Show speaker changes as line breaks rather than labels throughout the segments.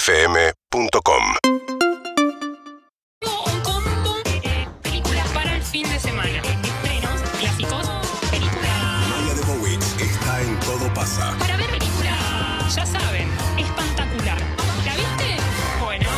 UrbanaPlayFM.com
Un combo de películas para el fin de semana. Estrenos, clásicos, películas.
Maya de Bowitz está en Todo Pasa.
Para ver películas, ya saben, espantacular. ¿La viste? Bueno.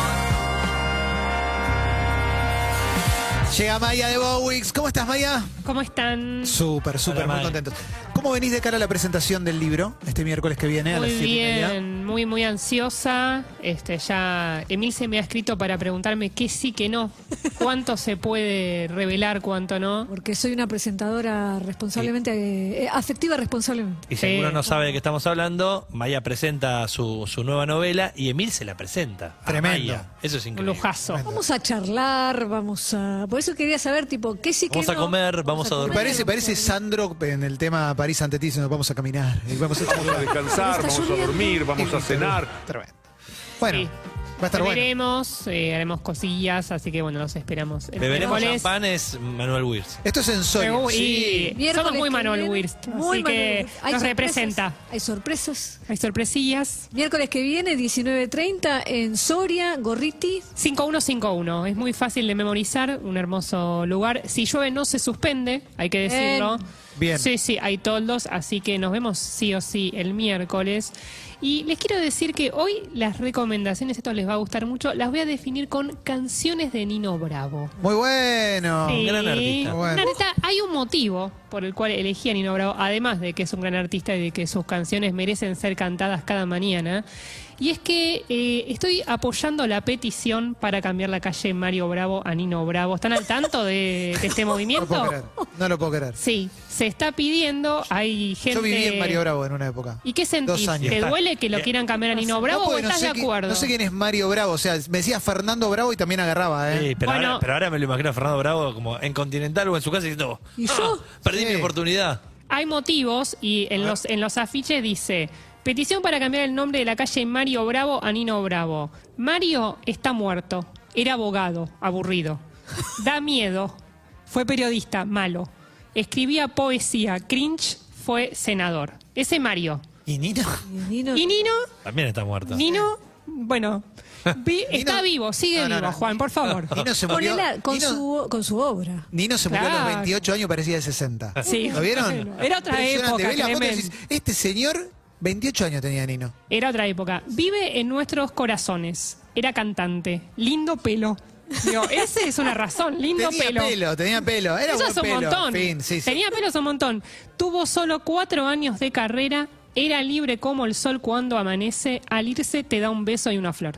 Llega Maya de Bowix. ¿Cómo estás, Maya?
¿Cómo están?
Súper, súper, muy contentos. ¿Cómo venís de cara a la presentación del libro este miércoles que viene a las
Muy
7 y media?
bien, muy, muy ansiosa. Este, ya Emil se me ha escrito para preguntarme qué sí, qué no. Cuánto se puede revelar, cuánto no.
Porque soy una presentadora responsablemente, eh, afectiva responsablemente.
Y
Sí.
si alguno no sabe de qué estamos hablando, Maya presenta su, su nueva novela y Emil se la presenta. a
Tremendo.
Maya. Eso es
Un
increíble.
lujazo.
Vamos a charlar, vamos a... Por eso quería saber, tipo, qué sí que
Vamos a comer, vamos a dormir.
Parece, parece Sandro en el tema París ante ti, nos vamos a caminar. y vamos a
Vamos a descansar,
Está
vamos a
lloviendo.
dormir, vamos a cenar.
Tremendo. Bueno,
Sí.
va a estar bueno.
Beberemos, eh, haremos cosillas, así que bueno, los esperamos. El
Beberemos
miércoles.
champán es Manuel Wirtz.
Esto es en
Seguro,
Sony.
y
Miércoles
somos muy
que
Manuel
viene,
Wirst,
muy
así
Manuel
que
Wirst. Hay
nos
sorpresas,
representa.
Hay sorpresas.
Hay sorpresillas.
Miércoles que viene, 19.30, en Soria, Gorriti.
5151, es muy fácil de memorizar, un hermoso lugar. Si llueve no se suspende, hay que decirlo.
Bien.
Sí, sí, hay toldos, así que nos vemos sí o sí el miércoles. Y les quiero decir que hoy las recomendaciones, esto les va a gustar mucho, las voy a definir con canciones de Nino Bravo.
Muy bueno.
Sí.
Ah, gran artista.
Un
Bueno.
artista- hay un motivo por el cual elegí a Nino Bravo, además de que es un gran artista y de que sus canciones merecen ser cantadas cada mañana. Y es que eh, estoy apoyando la petición para cambiar la calle Mario Bravo a Nino Bravo. ¿Están al tanto de, de este
No lo puedo creer.
movimiento?
No lo puedo creer.
Sí, se está pidiendo, hay gente...
Yo viví en Mario Bravo en una época.
¿Y qué sentís?
Dos años.
¿Te
Está-
duele que lo quieran cambiar a Nino Bravo o
porque
estás
sé
de
qui-
acuerdo?
no sé quién es Mario Bravo. O sea, me decía Fernando Bravo y también agarraba, ¿eh?
Sí, pero,
Bueno.
ahora, pero ahora me lo imagino a Fernando Bravo como en Continental o en su casa diciendo,
¿Y
"Ah,
yo?
perdí
Sí.
mi oportunidad.
Hay motivos y en los, en los afiches dice, petición para cambiar el nombre de la calle Mario Bravo a Nino Bravo. Mario está muerto, era abogado, aburrido, da miedo, fue periodista, malo, escribía poesía, cringe, fue senador. Ese Mario.
¿Y Nino?
Y Nino-
Y Nino,
También está muerto.
Nino, bueno, vi- está vivo, sigue
No, no,
vivo,
no.
Juan, por favor.
Nino se murió.
Ponela con
Nino-
su, con su obra.
Nino se murió a
Claro.
los 28 años, parecía de 60.
Sí.
¿Lo vieron?
Bueno, era otra
Impresionante.
época,
Ves la foto y
tremendo.
decís, este señor, 28 años tenía Nino.
Era otra época. Vive en nuestros corazones. Era cantante. Lindo pelo. Digo, ese es una razón. Lindo
tenía pelo. tenía pelo. Era
Eso
buen
es un
pelo.
montón.
en fin, sí, sí.
Tenía pelos un montón. Tuvo solo cuatro años de carrera. Era libre como el sol cuando amanece. Al irse te da un beso y una flor.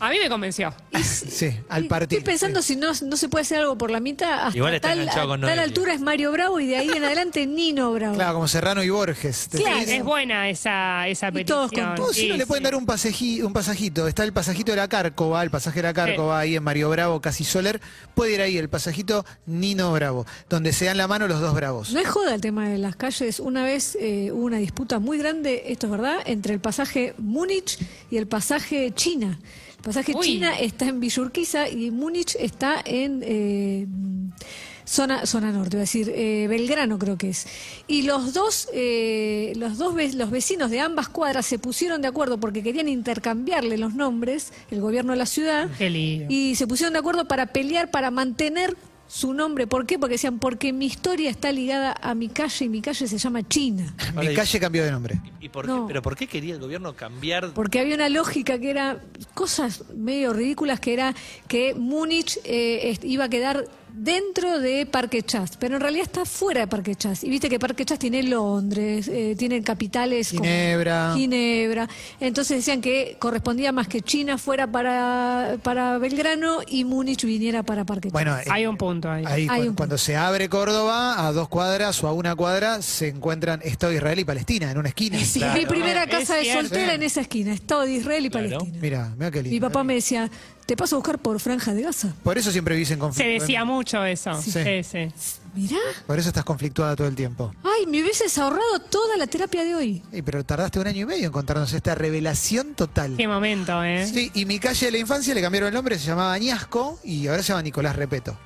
A mí me convenció.
Sí, al
Y
partir.
Estoy pensando
sí.
si no, no se puede hacer algo por la mitad. Hasta
Igual está
tal,
enganchado con
a tal
Noelia.
altura es Mario Bravo y de ahí en adelante Nino Bravo.
Claro, como Serrano y Borges. Te-
Claro.
Es buena esa, esa
Y
petición.
todos con
No, si
Sí,
no le pueden
sí.
dar un, paseji- un pasajito. Está el pasajito de la Cárcova, el pasaje de la Cárcova ahí en Mario Bravo, casi Soler. Puede ir ahí, el pasajito Nino Bravo, donde se dan la mano los dos bravos.
No es joda el tema de las calles. Una vez eh, hubo una disputa muy grande, esto es verdad, entre el pasaje Múnich y el pasaje China. El pasaje
Uy.
China está en Villurquiza y Múnich está en eh, zona, zona norte, voy a decir, eh, Belgrano creo que es. Y los dos, eh, los dos ve- los vecinos de ambas cuadras se pusieron de acuerdo porque querían intercambiarle los nombres, el gobierno de la ciudad.
Qué lindo.
Y se pusieron de acuerdo para pelear, para mantener su nombre. ¿Por qué? Porque decían, porque mi historia está ligada a mi calle y mi calle se llama China.
Ahora,
Mi
y-
calle cambió de nombre.
¿Y por
No.
qué, ¿Pero por qué quería el gobierno cambiar?
Porque había una lógica que era cosas medio ridículas, que era que Múnich eh, est- iba a quedar dentro de Parque Chas, pero en realidad está fuera de Parque Chas. Y viste que Parque Chas tiene Londres, eh, tiene capitales como
Ginebra.
Ginebra. Entonces decían que correspondía más que China fuera para, para Belgrano y Múnich viniera para Parque Chas.
Bueno, eh,
Hay un punto ahí.
Ahí,
Hay
cu-
un
cuando,
punto.
se abre Córdoba, a dos cuadras o a una cuadra, se encuentran Estado de Israel y Palestina en una esquina.
Sí,
Claro.
mi primera
Es
casa de
cierto.
soltera en esa esquina, Estado de Israel y
Claro.
Palestina.
Mira, mira qué
Mi
lindo.
papá me decía, te paso a buscar por Franja de Gaza.
Por eso siempre vivís en
Se
conflicto.
decía mucho eso.
Sí.
Sí, sí.
Mirá,
Por eso estás conflictuada todo el tiempo.
ay, me hubieses ahorrado toda la terapia de hoy.
Y pero tardaste un año y medio en contarnos esta revelación total.
Qué momento, ¿eh?
Sí, y mi calle de la infancia le cambiaron el nombre, se llamaba Añasco y ahora se llama Nicolás Repeto.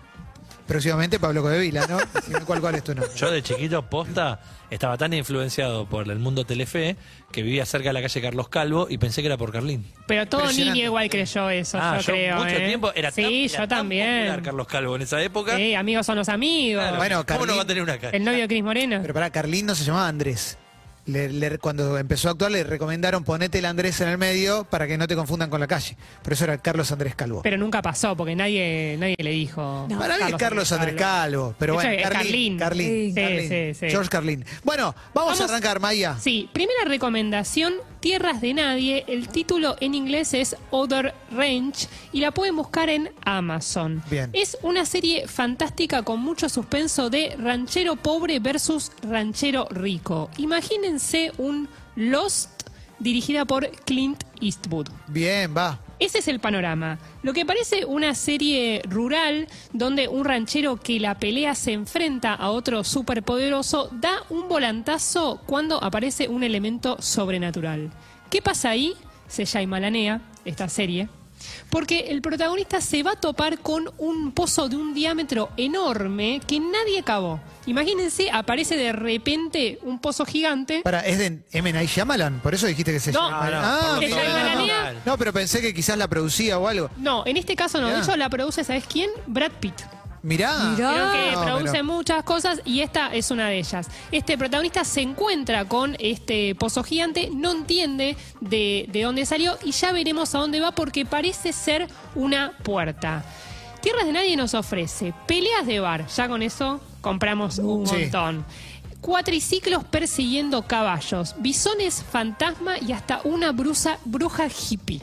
Próximamente Pablo Codevila, ¿no? Decime ¿Cuál, cuál es tu nombre?
Yo de chiquito, posta, estaba tan influenciado por el mundo Telefe que vivía cerca de la calle Carlos Calvo y pensé que era por Carlín.
Pero todo
Impresionante.
niño igual creyó eso,
ah,
yo, creo.
mucho
¿eh?
tiempo era
Sí,
tan,
yo
era tan popular
también.
Carlos Calvo en esa época.
Sí, amigos son los amigos.
Claro,
Bueno,
¿Cómo no
Carlín-
va a tener una cara?
El novio de Cris Morena.
Pero pará, Carlín no se llamaba Andrés. Le- le- cuando empezó a actuar le recomendaron ponete el Andrés en el medio para que no te confundan con la calle. Por eso era Carlos Andrés Calvo.
Pero nunca pasó, porque nadie, nadie le dijo.
No.
para mí es Carlos Andrés Calvo. Pero
De hecho,
bueno,
es
Carlín.
Carlín.
Carlín.
Sí,
Carlín.
sí, sí.
George Carlín. Bueno, vamos, a
Vamos-
arrancar, Maya.
Sí, primera recomendación, Tierras de Nadie. El título en inglés es Other Range y la pueden buscar en Amazon.
Bien.
Es una serie fantástica con mucho suspenso de ranchero pobre versus ranchero rico. Imagínense un Lost dirigida por Clint Eastwood.
Bien, va.
Ese es el panorama. Lo que parece una serie rural donde un ranchero que la pelea se enfrenta a otro superpoderoso da un volantazo cuando aparece un elemento sobrenatural. ¿Qué pasa ahí? Se llama Lanea, esta serie. Porque el protagonista se va a topar con un pozo de un diámetro enorme que nadie cavó. Imagínense, aparece de repente un pozo gigante.
Para, es de M. Night Shyamalan, por eso dijiste que se
No,
llama.
no,
ah,
por
Se
mira,
Shyamalan
no, no.
Lanea.
No, pero pensé que quizás la producía o algo.
No, en este caso no.
Mirá.
De hecho, la produce, ¿sabes quién? Brad Pitt.
Mirá.
Mirá.
Creo que
No,
produce
pero-
muchas cosas y esta es una de ellas. Este protagonista se encuentra con este pozo gigante, no entiende de, de dónde salió y ya veremos a dónde va porque parece ser una puerta. Tierras de Nadie nos ofrece peleas de bar, ya con eso compramos un
Sí.
montón. Cuatriciclos persiguiendo caballos, bisones fantasma y hasta una brusa, bruja hippie.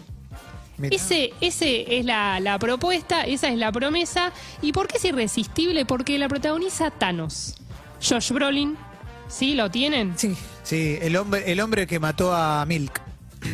mirá.
Ese, ese es la, la propuesta, esa es la promesa. ¿Y por qué es irresistible? Porque la protagoniza Thanos. Josh Brolin, ¿sí? ¿Lo tienen?
Sí.
Sí, el hombre, el hombre que mató a Milk.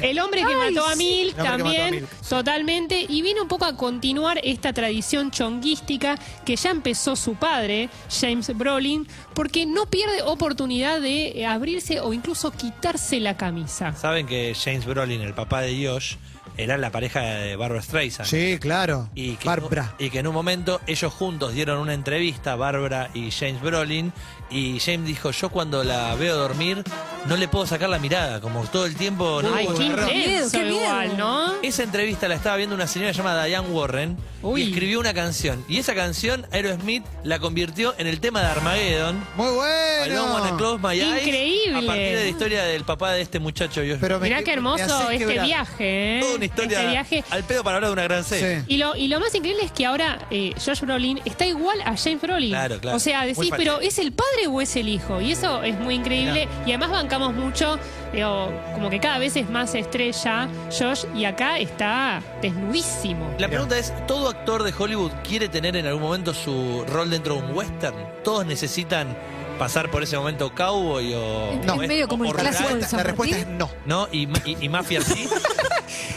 El hombre que
Ay,
mató a
sí.
Milk
El hombre que mató a
también,
Milk, sí.
totalmente. Y viene un poco a continuar esta tradición chonguística que ya empezó su padre, James Brolin, porque no pierde oportunidad de eh, abrirse o incluso quitarse la camisa.
Saben que James Brolin, el papá de Josh, era la pareja de Barbara Streisand.
Sí, claro.
Y que,
Bárbara.
y que en un momento ellos juntos dieron una entrevista, Bárbara y James Brolin, y James dijo, yo cuando la veo dormir no le puedo sacar la mirada, como todo el tiempo... no
Ay,
puedo
qué
agarrar".
Qué miedo,
intenso
qué miedo.
igual, ¿no?
Esa entrevista la estaba viendo una señora llamada Diane Warren
Uy.
y escribió una canción. Y esa canción, Aerosmith la convirtió en el tema de Armageddon.
Muy
I don't wanna
bueno.
close my eyes,
Increíble.
A partir de la historia del papá de este muchacho. Yo,
Pero me-
Mirá qué
me
hermoso
haces
este
quebrar.
viaje, ¿eh?
toda una historia
Este viaje.
al pedo para hablar de una gran serie.
Sí.
Y lo, y lo más increíble es que ahora eh, Josh Brolin está igual a James Brolin.
Claro, claro.
O sea,
Muy
decís,
parecido.
pero ¿es el padre o es el hijo? Y eso es muy increíble. Y además bancamos mucho, digo, como que cada vez es más estrella Josh y acá está desnudísimo.
La pregunta es, ¿todo actor de Hollywood quiere tener en algún momento su rol dentro de un western? ¿Todos necesitan pasar por ese momento cowboy o...
Es-
No.
o-
es medio como
o
el
rural?
clásico de San
La respuesta es
Martín.
no.
¿No? ¿Y, ma- y- y mafia sí?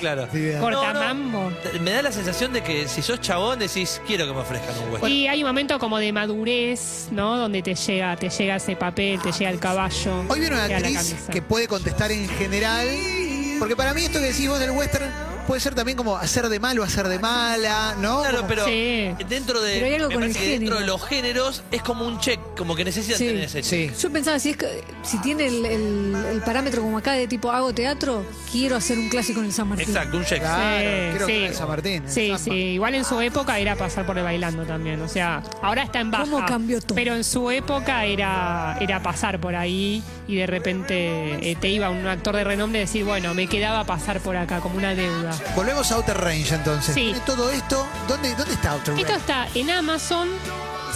claro.
Sí, bien.
Por-
Cortamambo.
Te- Me da la sensación de que si sos chabón decís, quiero que me ofrezcan un western.
Y hay un momento como de madurez, ¿no? Donde te llega, te llega ese papel,
Ah,
te llega el caballo.
Hoy viene una
te llega la
actriz
camisa.
que puede contestar en general. Porque para mí esto que decís vos del western puede ser también como hacer de malo, hacer de mala, ¿no?
Claro,
Como-
pero
Sí.
dentro de
Pero hay algo
me
con el
parece que dentro
género.
de los géneros es como un check, como que necesitan
Sí.
tener ese
Sí.
check.
Yo pensaba, si, es que, si tiene el, el- el parámetro como acá de tipo hago teatro, quiero hacer un clásico en el San Martín.
Exacto, un check.
Claro, creo que
sí.
era de San Martín.
Sí,
Samba.
sí, igual en su época era pasar por el bailando también, o sea, ahora está en baja.
¿Cómo cambió todo?
Pero en su época era, era pasar por ahí y de repente eh, te iba un actor de renombre y decir, bueno, me quedaba pasar por acá como una deuda.
Volvemos a Outer Range entonces.
Sí.
Tiene Todo esto, ¿dónde, dónde está Outer
Esto
Range?
está en Amazon.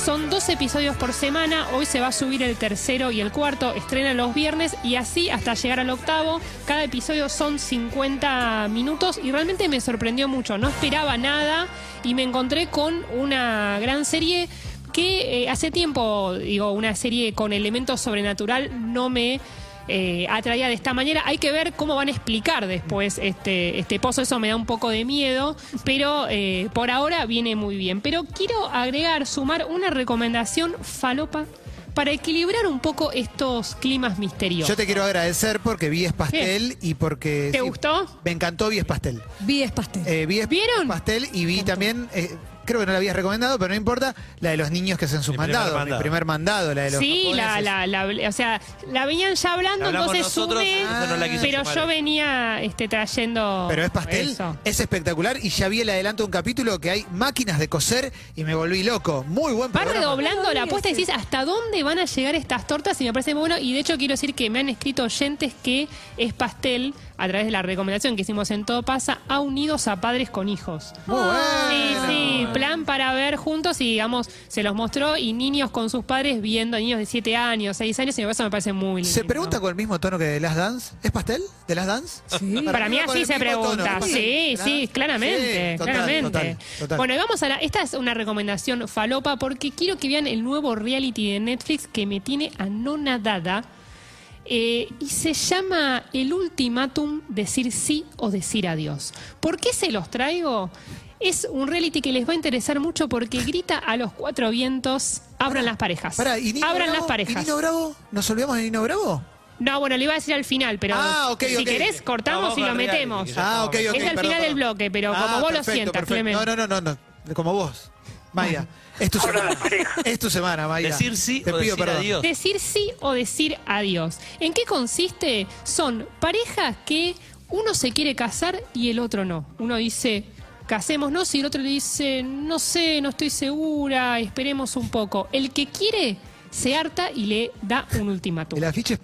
Son dos episodios por semana. Hoy se va a subir el tercero y el cuarto. Estrenan los viernes y así hasta llegar al octavo. Cada episodio son 50 minutos y realmente me sorprendió mucho. No esperaba nada y me encontré con una gran serie que eh, hace tiempo, digo, una serie con elementos sobrenatural no me eh, atraía de esta manera. Hay que ver cómo van a explicar después este, este pozo, eso me da un poco de miedo, pero eh, por ahora viene muy bien. Pero quiero agregar, sumar una recomendación falopa para equilibrar un poco estos climas misteriosos.
Yo te quiero agradecer porque vi es pastel y porque.
¿Te gustó?
Me encantó vi es pastel.
Vi es pastel.
Eh, vi es
¿Vieron?
pastel y vi también eh, creo que no la habías recomendado, pero no importa, la de los niños que hacen sus
Mi primer
mandados,
mandado.
mi primer mandado, la de los...
Sí, la, la, la- o sea, la venían ya hablando,
Hablamos
entonces
nosotros,
sube,
entonces no la quiso
pero
sumar.
yo venía este, trayendo
Pero es pastel,
eso.
es espectacular y ya vi el adelanto de un capítulo que hay máquinas de coser y me volví loco. Muy buen
Va
programa.
redoblando la apuesta y
Ese.
decís hasta dónde van a llegar estas tortas y me parece muy bueno. Y de hecho quiero decir que me han escrito oyentes que es pastel, a través de la recomendación que hicimos en Todo Pasa, a unidos a padres con hijos.
Muy bueno.
Sí, sí, plan para ver juntos y digamos, se los mostró y niños con sus padres viendo, niños de 7 años, 6 años, y eso me parece muy lindo.
¿Se pregunta con el mismo tono que de Last Dance? ¿Es pastel de Last Dance?
Sí.
Para mí
va con
así
el
se
mismo
pregunta.
tono, ¿no?
Sí,
Claro.
sí, claramente.
Sí, total,
claramente.
total, total.
Bueno, y vamos a la. Esta es una recomendación falopa porque quiero que vean el nuevo reality de Netflix que me tiene anonadada. Eh, y se llama El ultimátum, decir sí o decir adiós. ¿Por qué se los traigo? Es un reality que les va a interesar mucho porque grita a los cuatro vientos, abran las parejas.
Pará, ¿y Nino
abran
Bravo?
las parejas.
¿Y Nino Bravo? ¿Nos olvidamos de Nino Bravo?
No, bueno, le iba a decir al final, pero
Ah, ok,
si
ok.
querés cortamos
Vamos
y lo
al reality,
metemos.
que ya
Ah, ok, ok.
Es
al final del bloque, pero como vos lo sientas, Clemen.
Clemente. No, no, no, no, no. Como vos. Maya, es tu semana. Es tu semana, Maya.
Decir sí
Te
o
pido
decir
perdón.
adiós.
Decir sí o decir adiós. ¿En qué consiste? Son parejas que uno se quiere casar y el otro no. Uno dice, casémonos y el otro le dice, no sé, no estoy segura, esperemos un poco. El que quiere se harta y le da un ultimátum.
El afiche es-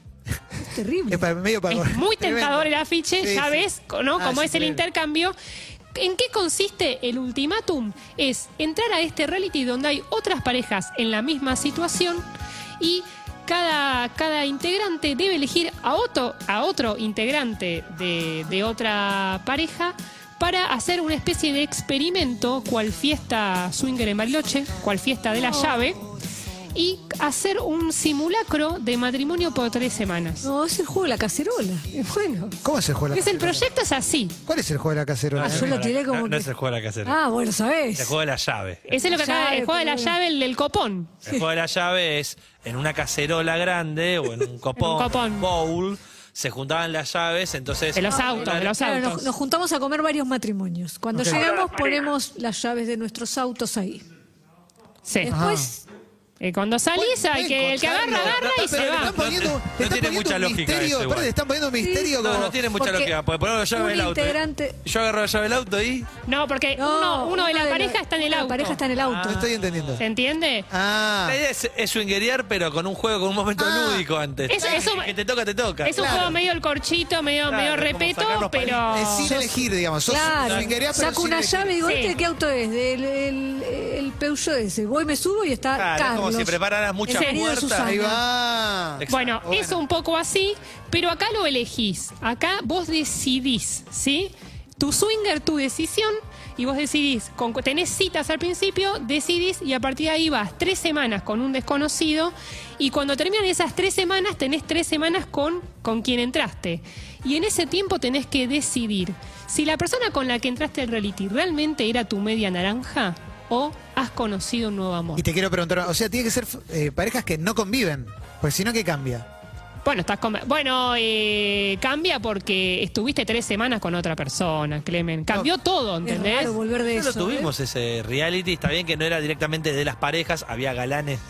Terrible.
es para, medio para...
Es muy tentador el afiche,
Sí,
ya
sí.
ves, ¿no?
Ah,
Como
sí,
es el
tremendo.
intercambio. ¿En qué consiste el ultimátum? Es entrar a este reality donde hay otras parejas en la misma situación y cada, cada integrante debe elegir a otro, a otro integrante de, de otra pareja para hacer una especie de experimento, cual fiesta swinger en Bariloche, cual fiesta de la llave, y hacer un simulacro de matrimonio por tres semanas.
No, es el juego de la cacerola. Bueno.
¿Cómo es el juego de la
Es el
cacerola?
proyecto es así.
¿Cuál es el juego de la cacerola?
Ah, yo lo tiré como
No, no
que-
es el juego de la casera.
Ah, bueno, ¿sabés?
El juego de la llave.
Ese es lo que acaba,
Llave,
el juego de la
primero.
llave, el del copón.
El juego de la llave es en una cacerola grande o en un copón,
En un copón.
bowl, se juntaban las llaves, entonces...
De los autos, de los
Claro,
autos.
nos, nos juntamos a comer varios matrimonios. Cuando llegamos ponemos las llaves de nuestros autos ahí.
Sí.
Después,
Este, Eh, cuando salís, hay que, el que agarra, agarra y se
Pero le
va.
Están poniendo,
No
le están
tiene
poniendo
mucha
un
lógica
misterio,
eso igual.
aparte le están poniendo un misterio
No,
como...
no tiene mucha
Porque
lógica, porque ponemos la llave
un
del auto. ¿eh?
integrante-
Yo agarro la llave del auto y...
No, porque
no,
uno, uno de la
una
pareja está en el
una
auto.
pareja está en el auto.
No Ah, estoy entendiendo.
¿Se entiende?
Ah,
La idea es, es swingerear, pero con un juego, con un momento
Ah.
lúdico antes.
Es- es un-
que te toca, te toca.
es un juego medio el corchito, medio,
Claro,
medio
como
repeto,
sacarnos
pero.
es sin elegir, digamos. Sos
Claro,
swingería, pero
saco
sin
una
elegir.
llave y digo,
Sí.
¿este qué auto es? Del el, el Peugeot ese. Voy, me subo y está
Claro, es
Carlos.
como si prepararas muchas
el marido de
puertas.
Susana.
Ahí va.
Exacto.
Bueno, es un poco así, pero acá lo elegís. Acá vos decidís, ¿sí? Tu swinger, tu decisión, y vos decidís, con, tenés citas al principio, decidís y a partir de ahí vas tres semanas con un desconocido y cuando terminan esas tres semanas tenés tres semanas con, con quien entraste. Y en ese tiempo tenés que decidir si la persona con la que entraste al reality realmente era tu media naranja o has conocido un nuevo amor.
Y te quiero preguntar, o sea, tiene que ser eh, parejas que no conviven, pues si no, ¿qué cambia?
Bueno, estás con- bueno eh, cambia porque estuviste tres semanas con otra persona, Clemen. Cambió todo,
Es
¿entendés?
raro volver de
Ya
eso. ¿eh?
¿eh?
lo tuvimos ese reality, está bien que no era directamente de las parejas, había galanes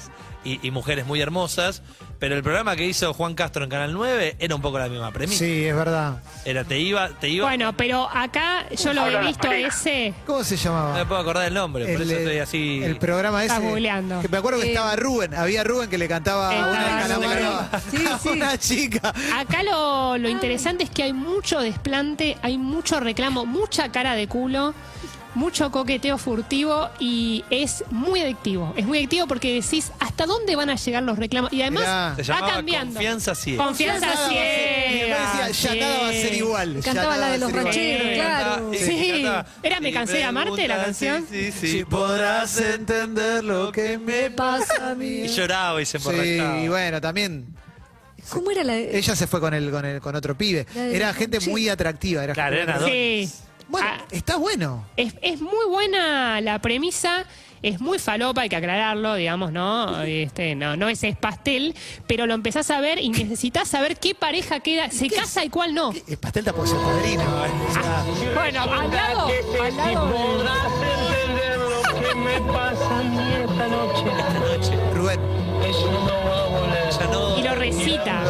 y, y mujeres muy hermosas, pero el programa que hizo Juan Castro en Canal 9 era un poco la misma premisa.
Sí, es verdad.
Era te iba, te iba,
Bueno, pero acá yo lo he visto ese.
¿Cómo se
no
llamaba?
me puedo acordar el nombre, Ah, por
eh,
eso estoy así.
el programa ese.
Estás googleando.
Que me acuerdo que
Eh,
estaba Rubén, había Rubén que le cantaba a una
Estaba
de Calamardo,
Rubén.
a
Sí, sí.
una chica.
Acá lo, lo interesante es que hay mucho desplante, hay mucho reclamo, mucha cara de culo, mucho coqueteo furtivo y es muy adictivo. Es muy adictivo porque decís hasta dónde van a llegar los reclamos y
Mirá.
además
Se
va
llamaba
cambiando.
Confianza ciega.
Confianza
Nada va a ser- y
ciega,
después decía, ya nada va a ser
sí.
igual. ya
Cantaba
nada
la
va
de
a
los
ser igual.
rancheros,
Eh,
claro.
Sí. Era Me cansé de amarte, la canción.
Sí, sí,
Si podrás entender lo que me pasa a mí.
Y lloraba y se
Sí,
emborrachaba.
y bueno, también.
¿Cómo era la de-
Ella se fue con el, con el, con otro pibe.
La de-
Era gente
sí.
muy atractiva. Era
Claro,
gente
eran
muy atractiva.
Sí.
Bueno,
Ah,
está bueno.
Es, es muy buena la premisa, es muy falopa, hay que aclararlo, digamos, ¿no? Este, no, no es, es pastel, pero lo empezás a ver y necesitas saber qué pareja queda, se casa y cuál no.
El pastel tampoco es el
Ah,
padrino.
Bueno, al lado, al lado. de-
me pasa a mí esta noche?
Esta noche.
Rubén,
Que yo no va a volar.
Ya no.
Y lo recita.
Ya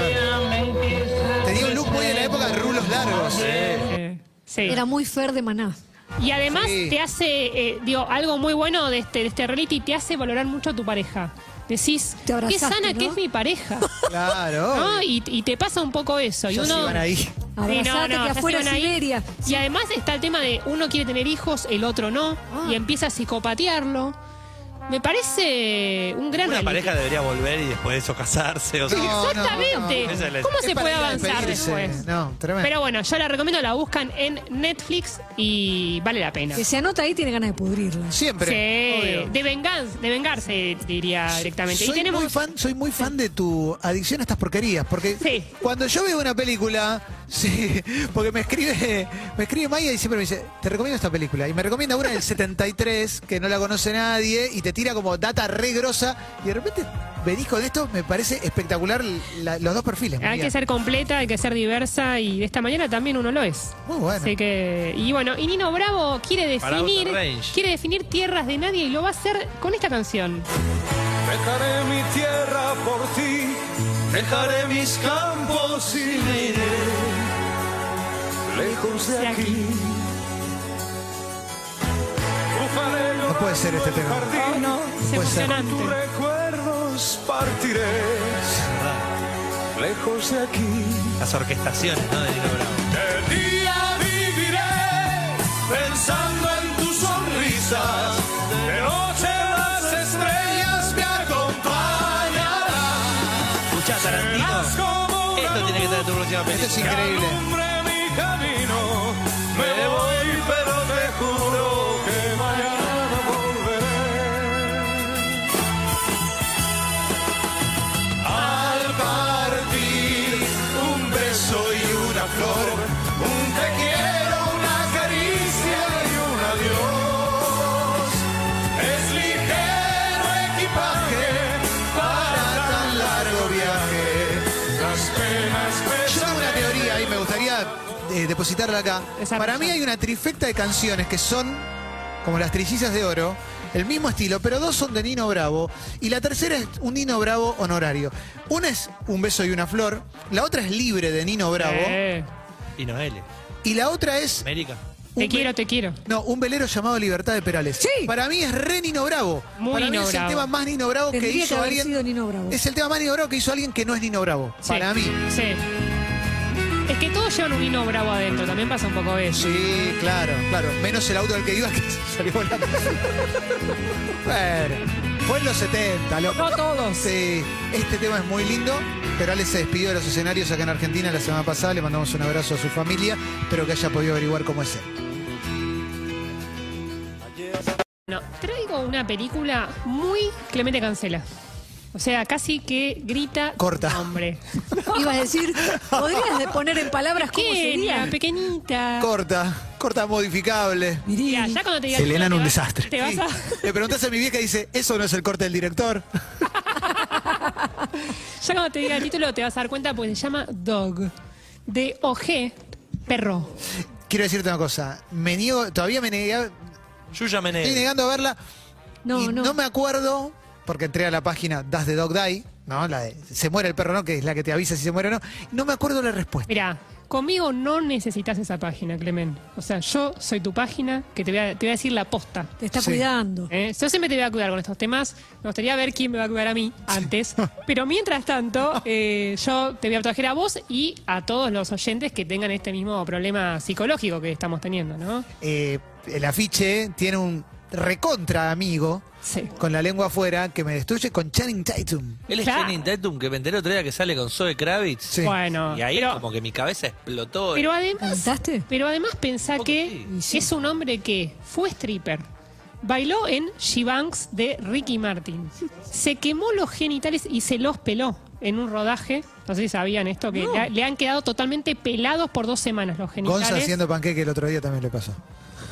me empieza
tenía un look muy de la época de rulos largos.
Eh, sí.
Era muy Fer de Maná.
Y además
Sí.
te hace, eh, digo, algo muy bueno de este, de este reality, te hace valorar mucho a tu pareja. Decís,
Te
qué
abrazaste,
sana
¿no?
que es mi pareja.
Claro.
¿no? Y, y te pasa un poco eso. Y
Ya se
uno,
iban ahí.
Abrazate, que
ya se
afuera
van ahí.
Siberia.
Y
Sí.
además está el tema de uno quiere tener hijos, el otro no,
Ah.
y empieza a psicopatearlo. Me parece un gran
Una
reality.
pareja debería volver y después de eso casarse. O sea,
No,
Exactamente.
no, no. Esa es la-
¿Cómo
Es
se
para
puede
ir a
avanzar
despedirse.
después?
eh.
No, tremendo.
Pero bueno, yo la recomiendo, la buscan en Netflix y vale la pena.
Que se anota ahí tiene ganas de pudrirla.
Siempre.
Sí,
obvio.
de venganza, de vengarse diría directamente.
Soy
y tenemos
muy fan, soy muy fan de tu adicción a estas porquerías, porque
Sí.
cuando yo veo una película, sí, porque me escribe, me escribe Maya y siempre me dice, te recomiendo esta película. Y me recomienda una del 73, que no la conoce nadie, y te tira como data re grosa, y de repente venís con esto, me parece espectacular la- los dos perfiles.
hay
María.
que ser completa, hay que ser diversa y de esta manera también uno lo es.
Muy bueno.
Así que y bueno, y Nino Bravo quiere
Para otro
definir
range.
quiere definir tierras de nadie y lo va a hacer con esta canción.
Dejaré mi tierra por ti, dejaré mis campos y me iré lejos de
De aquí.
aquí. Bufaré
No puede ser este tema.
llorando el jardín,
Es
Puede ser.
emocionante.
Tus recuerdos partiré lejos de aquí.
las orquestaciones, ¿no? De Nino Bravo.
De día viviré pensando en tus sonrisas. De noche las estrellas me acompañarán.
Escuchá,
Verás
Tarantino.
como una
Esto tiene que estar en tu próxima
Esto es
película.
increíble.
Alumbre mi camino, me voy, pero te juro que mañana volveré. Al partir, un beso y una flor, un te quiero, una caricia y un adiós. Es ligero equipaje para tan largo viaje. Las penas
Yo tengo una teoría y me gustaría eh, depositarla acá.
Desarrolla.
Para mí hay una trifecta de canciones que son como las trillizas de oro, el mismo estilo, pero dos son de Nino Bravo y la tercera es un Nino Bravo honorario. Una es Un beso y una flor, la otra es Libre de Nino Bravo
Eh,
Y Noel.
y la otra es
América.
te
Un
quiero, te quiero.
no, un velero llamado Libertad de Perales.
Sí.
Para mí es re Nino Bravo.
Muy
Para mí
Nino
es
Bravo.
el tema más Nino Bravo que
Tendría que
hizo
haber
alguien.
sido Nino Bravo.
Es el tema más Nino Bravo que hizo alguien que no es Nino Bravo.
Sí,
Para mí.
Sí. Es que todos llevan un Nino Bravo adentro, también pasa un poco eso.
Sí, claro, claro. Menos el auto del que iba que salió volando. bueno, fue en los 70, loco.
No todos.
Sí, este tema es muy lindo. Pero Alex se despidió de los escenarios acá en Argentina la semana pasada. Le mandamos un abrazo a su familia. Espero que haya podido averiguar cómo es él.
No, traigo una película muy Clemente Cancela. O sea, casi que grita
Corta.
hombre.
Ibas a decir, podrías de poner en palabras cómo
Pequeña,
sería.
pequeñita.
Corta, corta modificable.
Mirá, ya cuando te diga
Selena en
te
un
vas-
desastre.
Te vas
Sí.
a...
Le preguntas a mi vieja y dice, ¿eso no es el corte del director?
Ya cuando te diga el título te vas a dar cuenta porque se llama Dog. De OG, perro.
Quiero decirte una cosa. Me niego, todavía me negué,
Yuya
estoy
Menel.
negando a verla.
No,
y
no.
me acuerdo, porque entré a la página Das the Dog Die, ¿no? La de se muere el perro, ¿no? Que es la que te avisa si se muere o no. No me acuerdo la respuesta.
Mirá, conmigo no necesitas esa página, Clemen. O sea, yo soy tu página que te voy a, te voy a decir la posta.
Te está
Sí.
cuidando.
¿Eh? Yo siempre te voy a cuidar con estos temas. Me gustaría ver quién me va a cuidar a mí antes. Pero mientras tanto, eh, yo te voy a proteger a vos y a todos los oyentes que tengan este mismo problema psicológico que estamos teniendo, ¿no?
Eh, el afiche tiene un recontra amigo
Sí.
con la lengua afuera que me destruye con Channing Tatum.
Él es
Claro.
Jenny Tatum, que me enteré otro día que sale con Zoe Kravitz.
Sí.
Bueno,
Y ahí
pero,
como que mi cabeza explotó.
pero además,
¿Cantaste?
pero además pensá
poco
que
sí.
es un hombre que fue stripper, bailó en She Banks de Ricky Martin, se quemó los genitales y se los peló en un rodaje. No sé si sabían esto, que le, ha- le han quedado totalmente pelados por dos semanas los genitales.
Gonza haciendo panqueque el otro día también le pasó.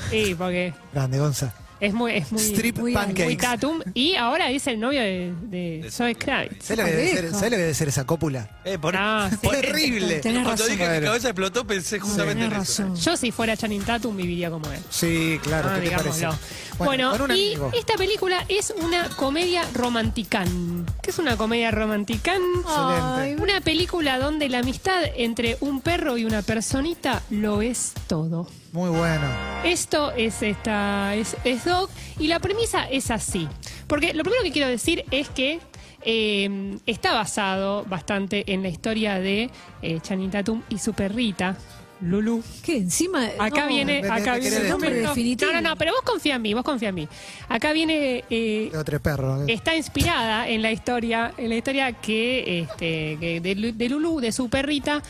Sí, porque
Grande, Gonza.
Es muy, es muy,
Strip
muy,
pancakes.
muy Tatum. Y ahora es el novio de, de
De
Zoe Kravitz.
¿Sabes lo, que debe ser-
Parejo.
¿Sabés lo que debe ser esa cópula?
Eh, por-
Ah, sí.
por-
Terrible.
Tenés
Cuando
razón.
dije que mi
Bueno.
cabeza explotó, pensé justamente
Tenés
en eso.
razón.
Yo si fuera Channing Tatum viviría como él.
Sí, claro,
Ah,
¿qué te parece?
digámoslo.
Bueno,
Bueno,
con un
y
amigo.
esta película es una comedia romanticán. ¿Qué es una comedia romanticán?
Ay,
Una película donde la amistad entre un perro y una personita lo es todo.
Muy bueno.
Esto es esta es, es Dog y la premisa es así. Porque lo primero que quiero decir es que eh, está basado bastante en la historia de eh, Channing Tatum y su perrita, Lulu.
que encima.
Acá
Eh, no,
viene,
me- me-
acá
me
viene
querés
el
nombre
momento.
definitivo.
No, no, no, pero vos confía en mí, vos confía en mí. Acá viene eh,
Tengo tres perros.
está inspirada en la historia, en la historia que, este, que de, Lu- de Lulu, de su perrita,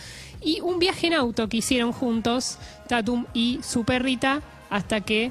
y un viaje en auto que hicieron juntos, Tatum y su perrita, hasta que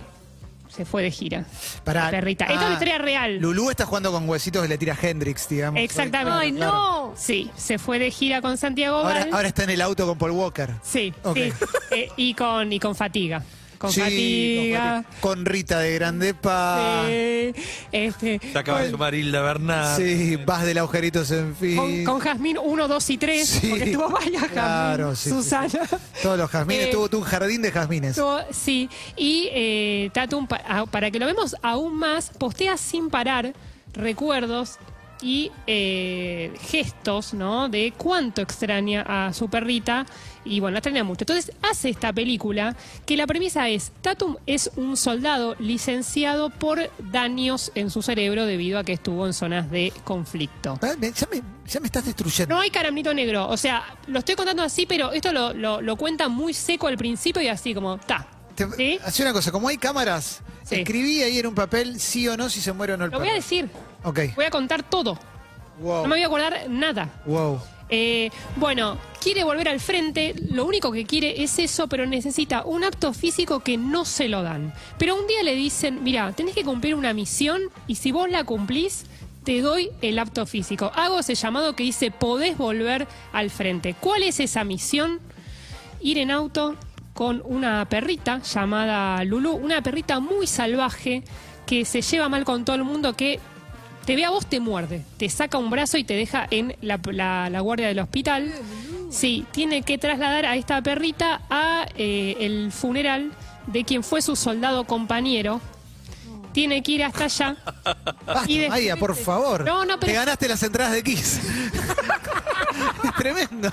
se fue de gira.
Pará.
La perrita. Esta es
ah,
una historia real.
Lulú está jugando con huesitos que le tira Hendrix, digamos.
Exactamente.
Ay, no.
Sí, se fue de gira con Santiago
Ahora,
Val.
ahora está en el auto con Paul Walker.
Sí,
Ok.
sí. Eh, y con y con fatiga. Con
Sí,
fatiga.
con fati- Ah. Con Rita de Grandepa.
eh, este,
Se acaba de sumar Hilda Bernal.
Sí, vas del agujeritos en fin.
con, con Jazmín 1, 2 y 3,
Sí.
porque estuvo varias Jazmín,
Claro, sí, sí,
Susana.
Todos los jazmines.
Eh,
tuvo tuvo un jardín de jazmines.
Estuvo- sí, y eh, Tatum, pa- a- para que lo vemos aún más, postea sin parar recuerdos y eh, gestos, ¿no? De cuánto extraña a su perrita y bueno, la extraña mucho. Entonces hace esta película que la premisa es, Tatum es un soldado licenciado por daños en su cerebro debido a que estuvo en zonas de conflicto.
Ah, me- Ya, me, ya me estás destruyendo.
No hay caramnito negro. O sea, lo estoy contando así, pero esto lo, lo, lo cuenta muy seco al principio y así como, ta.
Te-
¿Sí?
Hacé una cosa, como hay cámaras,
Sí.
escribí ahí en un papel sí o no si se muere o no el
Lo voy
perro.
a decir.
Ok.
Voy a contar todo.
Wow.
No me voy a acordar nada.
Wow.
Eh, bueno, quiere volver al frente, lo único que quiere es eso, pero necesita un apto físico que no se lo dan. Pero un día le dicen, mira, tenés que cumplir una misión y si vos la cumplís, te doy el apto físico. Hago ese llamado que dice, podés volver al frente. ¿Cuál es esa misión? ir en auto con una perrita llamada Lulu, una perrita muy salvaje que se lleva mal con todo el mundo, que te ve a vos, te muerde, te saca un brazo y te deja en la, la- la guardia del hospital. Sí, tiene que trasladar a esta perrita a eh, el funeral de quien fue su soldado compañero. Tiene que ir hasta allá.
Basta,
Y de-
Maya, por favor.
No, no, pero-
Te ganaste las entradas de Kiss. es tremendo.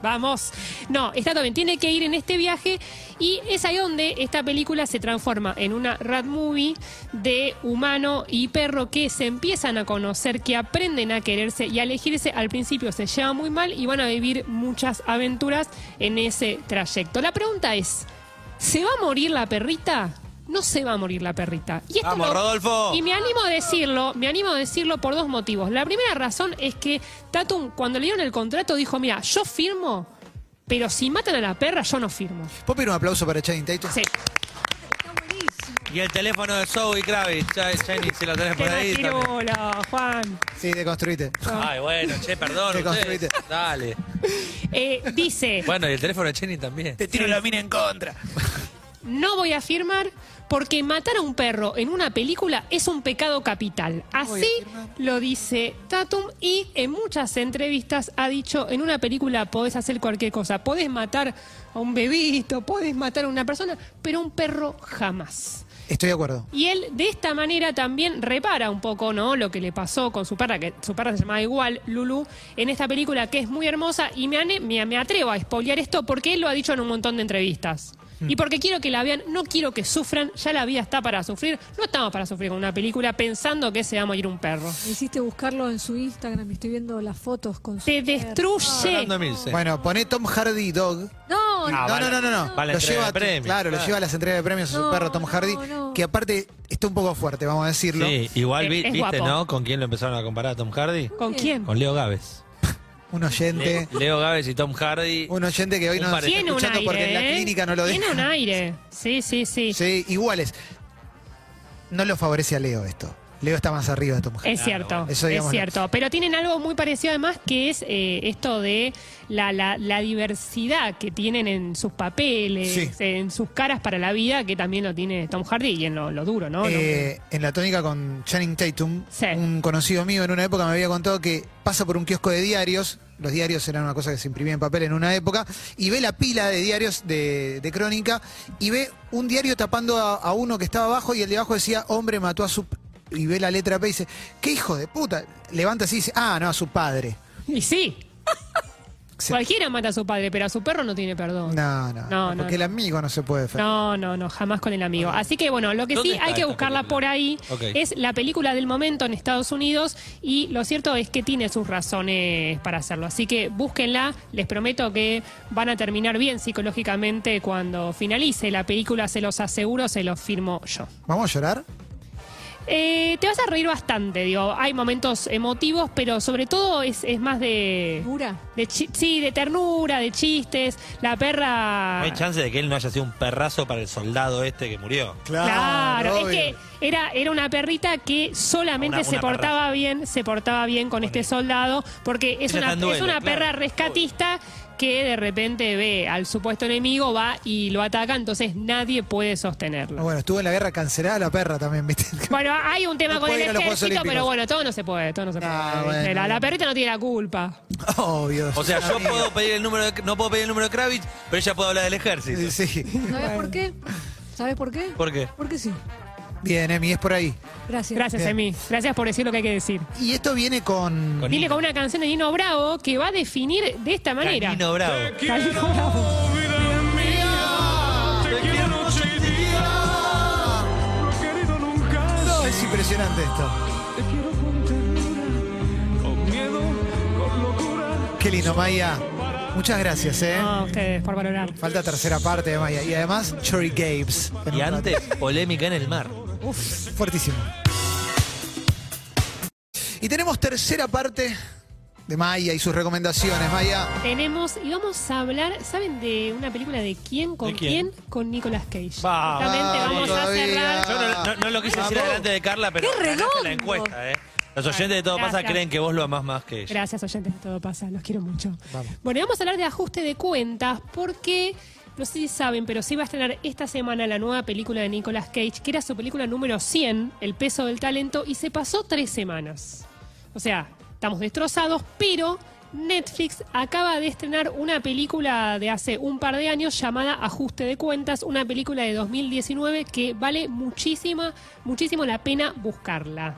Vamos. No, está todo bien. Tiene que ir en este viaje y es ahí donde esta película se transforma en una rat movie de humano y perro que se empiezan a conocer, que aprenden a quererse y a elegirse. Al principio se llevan muy mal y van a vivir muchas aventuras en ese trayecto. La pregunta es, ¿se va a morir la perrita? No se va a morir la perrita. Y esto
Vamos,
lo-
Rodolfo.
Y me animo a decirlo, me animo a decirlo por dos motivos. La primera razón es que Tatum, cuando le dieron el contrato, dijo, mira, yo firmo, pero si matan a la perra, yo no firmo.
¿Puedo pedir un aplauso para Channing Tatum?
Sí.
Y el teléfono de Zoe Kravitz. Ya, Jenny, si lo tenés por ahí.
Tema
también.
pirulo, Juan.
Sí, deconstruite.
Ay, bueno, che, perdón.
Te
ustedes.
construiste.
Dale.
Eh, dice,
Bueno, y el teléfono de Jenny también.
Te tiro la mina en contra.
no voy a firmar porque matar a un perro en una película es un pecado capital.
voy a
Así
firmar.
lo dice Tatum y en muchas entrevistas ha dicho, en una película podés hacer cualquier cosa, podés matar a un bebito, podés matar a una persona, pero un perro jamás.
Estoy de acuerdo.
Y él de esta manera también repara un poco, ¿no? Lo que le pasó con su perra, que su perra se llamaba igual, Lulu, en esta película que es muy hermosa y me, ane- me, me atrevo a spoilear esto porque él lo ha dicho en un montón de entrevistas.
Hmm.
Y porque quiero que la vean, no quiero que sufran, ya la vida está para sufrir, no estamos para sufrir con una película pensando que se va a morir un perro.
Me hiciste buscarlo en su Instagram, estoy viendo las fotos con su.
Te
Fernando
destruye.
Emilce.
Bueno, poné Tom Hardy Dog.
No,
Ah,
no.
no,
vale.
no, no, no, no.
Vale,
lo
entrega
lleva,
de Ah. premios,
claro, lo
claro.
lleva a las entregas de premios a su
No,
perro Tom Hardy,
no, no.
que aparte está un poco fuerte, vamos a decirlo.
Sí, igual vi-
Es- es
viste,
guapo.
¿no? ¿Con quién lo empezaron a comparar a Tom Hardy?
¿Con quién?
Con Leo Gávez.
Un oyente,
Leo Gávez y Tom Hardy.
un oyente que hoy
Un
no nos está
parecido.
Tiene un
escuchando
aire.
porque en la
¿eh?
clínica no lo deja.
Tiene un aire. Sí, sí, sí.
Sí, iguales. No lo favorece a Leo esto. Leo está más arriba de Tom Hanks.
Es cierto,
bueno. Eso
es
digámoslo.
cierto. Pero tienen algo muy parecido además que es eh, esto de la, la- la diversidad que tienen en sus papeles,
Sí.
en sus caras para la vida, que también lo tiene Tom Hardy y en lo, lo duro, ¿no?
Eh, en la tónica con Channing Tatum,
Sí.
un conocido mío en una época me había contado que pasa por un kiosco de diarios, los diarios eran una cosa que se imprimía en papel en una época, y ve la pila de diarios de, de crónica y ve un diario tapando a, a uno que estaba abajo y el de abajo decía, hombre mató a su... p-", Y ve la letra P y dice, ¿qué hijo de puta? Levanta así y dice, ah, no, a su padre.
Y sí.
Sí.
Cualquiera mata a su padre, pero a su perro no tiene perdón.
No, no,
No, no,
porque el amigo no se puede... fe-
No, no, no, jamás con el amigo. Así que bueno, lo que
¿Dónde
sí
está
hay que
esta
buscarla
película?
por ahí
Ok.
es la película del momento en Estados Unidos y lo cierto es que tiene sus razones para hacerlo. Así que búsquenla, les prometo que van a terminar bien psicológicamente cuando finalice la película, se los aseguro, se los firmo yo.
¿Vamos a llorar?
Eh, te vas a reír bastante, digo, hay momentos emotivos, pero sobre todo es, es más de...
Pura.
de chi- sí, de ternura, de chistes, la perra...
No hay chance de que él no haya sido un perrazo para el soldado este que murió.
Claro, es
obvio.
que era, era una perrita que solamente
Una-
se
una
portaba
perraza.
bien, se portaba bien con este soldado, porque es
Ella
una,
está en duelo,
es una
claro.
perra rescatista que de repente ve al supuesto enemigo, va y lo ataca, entonces nadie puede sostenerlo.
Bueno, estuvo en la guerra cancelada la perra también, ¿viste?
Bueno, hay un tema
No
con el
puede ir a los Juegos
ejército, pero
Olímpicos.
bueno, todo no se puede, todo no se puede.
Ah,
¿viste?
bueno.
la, la perrita no tiene la culpa.
Obvio.
O sea, yo
Amigo.
puedo pedir el número de- no puedo pedir el número de Kravitz, pero ella puede hablar del ejército.
Sí.
¿Sabes por qué? ¿Sabes por qué?
¿Por qué?
Porque sí.
Bien, Emi, es por ahí.
Gracias.
Gracias,
Bien.
Emi. Gracias por decir lo que hay que decir.
Y esto viene con.
Con-
Viene con una canción de Nino Bravo que va a definir de esta manera.
Canino Bravo.
Canino Bravo.
Vida mía, te quiero noche y día. No he querido nunca.
No, es impresionante esto.
Te quiero con ternura, con miedo, con locura.
Qué lindo, Maya. Muchas gracias, ¿eh?
No, Ah, ustedes, por valorar.
Falta tercera parte de Maya. Y además, Cherry Gabes. En
Y
un
antes, polémica en el mar.
rato. Uf, fuertísimo. Y tenemos tercera parte de Maya y sus recomendaciones, Maya.
Tenemos, y vamos a hablar, ¿saben de una película de quién con
¿De quién?
quién? Con Nicolas Cage.
Vamos,
Exactamente, vamos a
todavía.
cerrar.
Yo no, no- no lo quise decir delante de Carla, pero
¡Qué
ganaste
redondo!
la encuesta, ¿eh? Los oyentes de Todo Pasa
Gracias.
creen que vos lo amás más que ella.
Gracias, oyentes de Todo Pasa, los quiero mucho. Bueno, y vamos a hablar de ajuste de cuentas porque, no sé si saben, pero sí va a estrenar esta semana la nueva película de Nicolas Cage, que era su película número 100, El peso del talento, y se pasó tres semanas. O sea, estamos destrozados, pero Netflix acaba de estrenar una película de hace un par de años llamada Ajuste de Cuentas, una película de 2019 que vale muchísima, muchísimo la pena buscarla.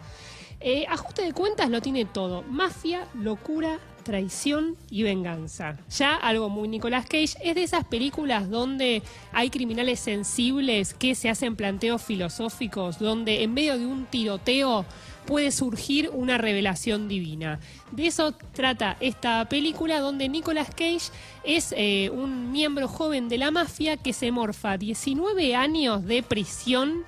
Eh, ajuste de cuentas lo tiene todo. Mafia, locura, traición y venganza. Ya algo muy Nicolas Cage. Es de esas películas donde hay criminales sensibles que se hacen planteos filosóficos, donde en medio de un tiroteo puede surgir una revelación divina. De eso trata esta película donde Nicolas Cage es eh, un miembro joven de la mafia que se morfa 19 años de prisión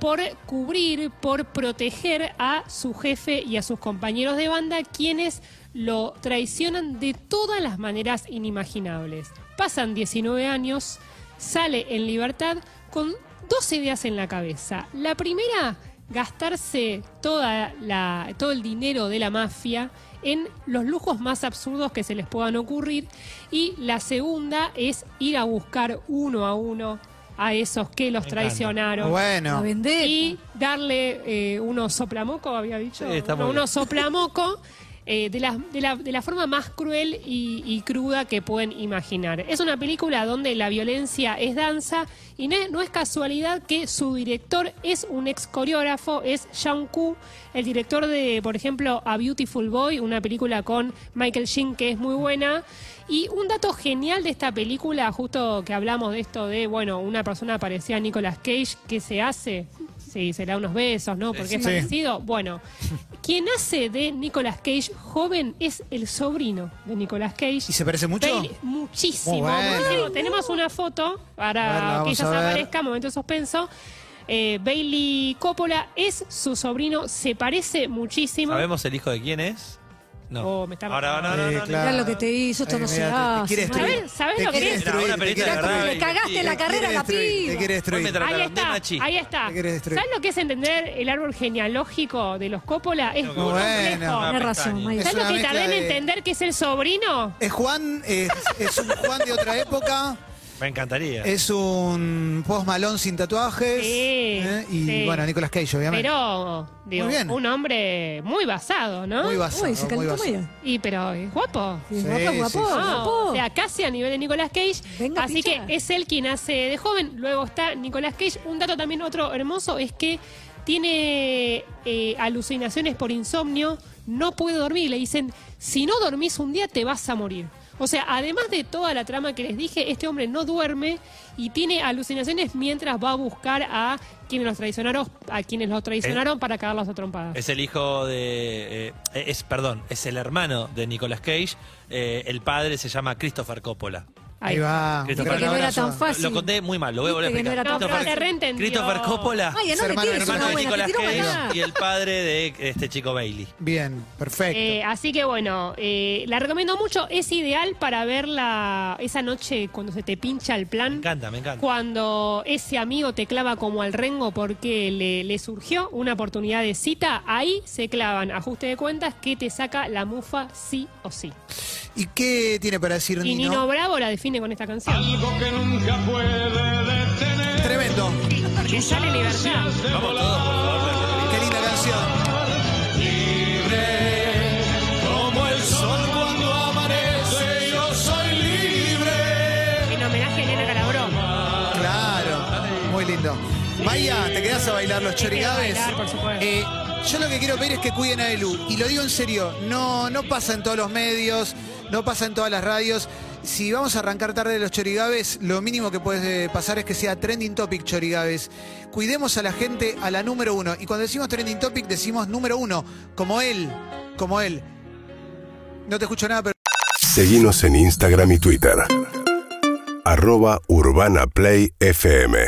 por cubrir, por proteger a su jefe y a sus compañeros de banda, quienes lo traicionan de todas las maneras inimaginables. Pasan 19 años, sale en libertad con dos ideas en la cabeza. La primera, gastarse toda la- todo el dinero de la mafia en los lujos más absurdos que se les puedan ocurrir. Y la segunda es ir a buscar uno a uno a esos que los
encanta.
traicionaron.
A
Bueno,
vender.
Y darle eh, unos soplamoco, había dicho.
Sí, está muy
Uno-
bien.
unos soplamoco. eh, de, la, de, la, de la forma más cruel y, y cruda que pueden imaginar. Es una película donde la violencia es danza y ne- no es casualidad que su director es un ex coreógrafo, es Jang Koo, el director de, por ejemplo, A Beautiful Boy, una película con Michael Sheen que es muy buena. Y un dato genial de esta película, justo que hablamos de esto de, bueno, una persona parecida a Nicolas Cage, ¿qué se hace? Sí, se le da unos besos, ¿no? Porque es
Sí.
parecido. Bueno, quien hace de Nicolas Cage joven es el sobrino de Nicolas Cage.
¿y se parece mucho?
Bailey- muchísimo.
Muy bueno.
muchísimo. Tenemos una foto
A verla,
para que
vamos
quizás
a ver.
aparezca, momento de suspenso. Eh, Bailey Coppola es su sobrino, se parece muchísimo.
¿Sabemos el hijo de quién es? No.
Oh, me está
Ahora,
matando.
no, no, no,
Eh,
no.
claro.
Mirá lo que te hizo, esto
Ay,
no se
mirá, te
hace.
quiere destruir.
¿Sabés- sabés
Te
lo que
quiere
es?
Era una
destruir, te
perita
quiere
de verdad. eh.
Le cagaste la
Te quiere
carrera a la
destruir,
piba.
Te quiere
Hoy me
destruir.
tra-
Ahí
Para
está,
Carolina Chi.
ahí está.
Te quiere destruir.
¿Sabes lo que es entender el árbol genealógico de los Coppola? Es
Muy
muy complejo.
bueno.
Tenés razón, Maya.
Es
¿Sabes
una
lo que
mezcla
tardé en
de-
entender que es el sobrino?
Es Juan, es, es un Juan de otra época,
Me encantaría.
es un post malón sin tatuajes.
Sí,
¿eh? Y
sí.
bueno, Nicolas Cage, obviamente.
Pero, digo,
bien.
un hombre muy basado, ¿no?
muy basado.
Uy, se
muy
calentó
basado.
medio.
y pero es guapo.
Sí,
Sí,
guapo,
sí,
guapo,
sí.
No,
guapo.
Ah, o sea, casi a nivel de Nicolas Cage.
Venga,
así
picha.
que es él quien hace de joven. Luego está Nicolas Cage. Un dato también otro hermoso es que tiene eh, alucinaciones por insomnio, no puede dormir. Le dicen, si no dormís un día te vas a morir. O sea, además de toda la trama que les dije, este hombre no duerme y tiene alucinaciones mientras va a buscar a quienes los traicionaron, a quienes los traicionaron para cagarlos a trompadas.
Es el hijo de. eh, es, perdón, es el hermano de Nicolas Cage. Eh, el padre se llama Christopher Coppola.
Ahí va.
Christopher
Viste que no era
abrazo.
tan fácil.
Lo conté muy mal, lo voy a volver a
Ah, Viste que no
explicar.
era tan
No, pero te reentendió.
Christopher Coppola,
Maya, no le
Hermano,
tires
hermano
hermano
una
de
buena, te
Nicolas
tiro para acá.
Cage y el padre de este chico Bailey.
Bien, perfecto.
Eh, así que bueno, eh, la recomiendo mucho. Es ideal para verla esa noche cuando se te pincha el
Me
plan.
encanta, me encanta.
Cuando ese amigo te clava como al rengo porque le, le surgió una oportunidad de cita, ahí se clavan ajuste de cuentas que te saca la mufa sí o sí.
¿Y qué tiene para decir
Y
Nino?
Nino Bravo la define con esta canción.
Algo que nunca puede detener.
Tremendo.
Porque sale libertad.
Vamos todos, por favor.
Qué linda canción.
Como el sol cuando amanece, yo soy libre.
En homenaje a Elena Calabró.
Claro. Muy lindo. Maya, ¿te quedás a bailar los
Hay que
chorigaves?
bailar, por supuesto.
Eh, yo lo que quiero pedir es que cuiden a Elu. Y lo digo en serio, no, no pasa en todos los medios, no pasa en todas las radios. Si vamos a arrancar tarde de los chorigaves, lo mínimo que puede eh, pasar es que sea trending topic chorigaves. Cuidemos a la gente a la número uno. Y cuando decimos trending topic, decimos número uno, como él, como él. No te escucho nada, pero...
Seguimos en Instagram y Twitter. Arroba Urbana Play FM.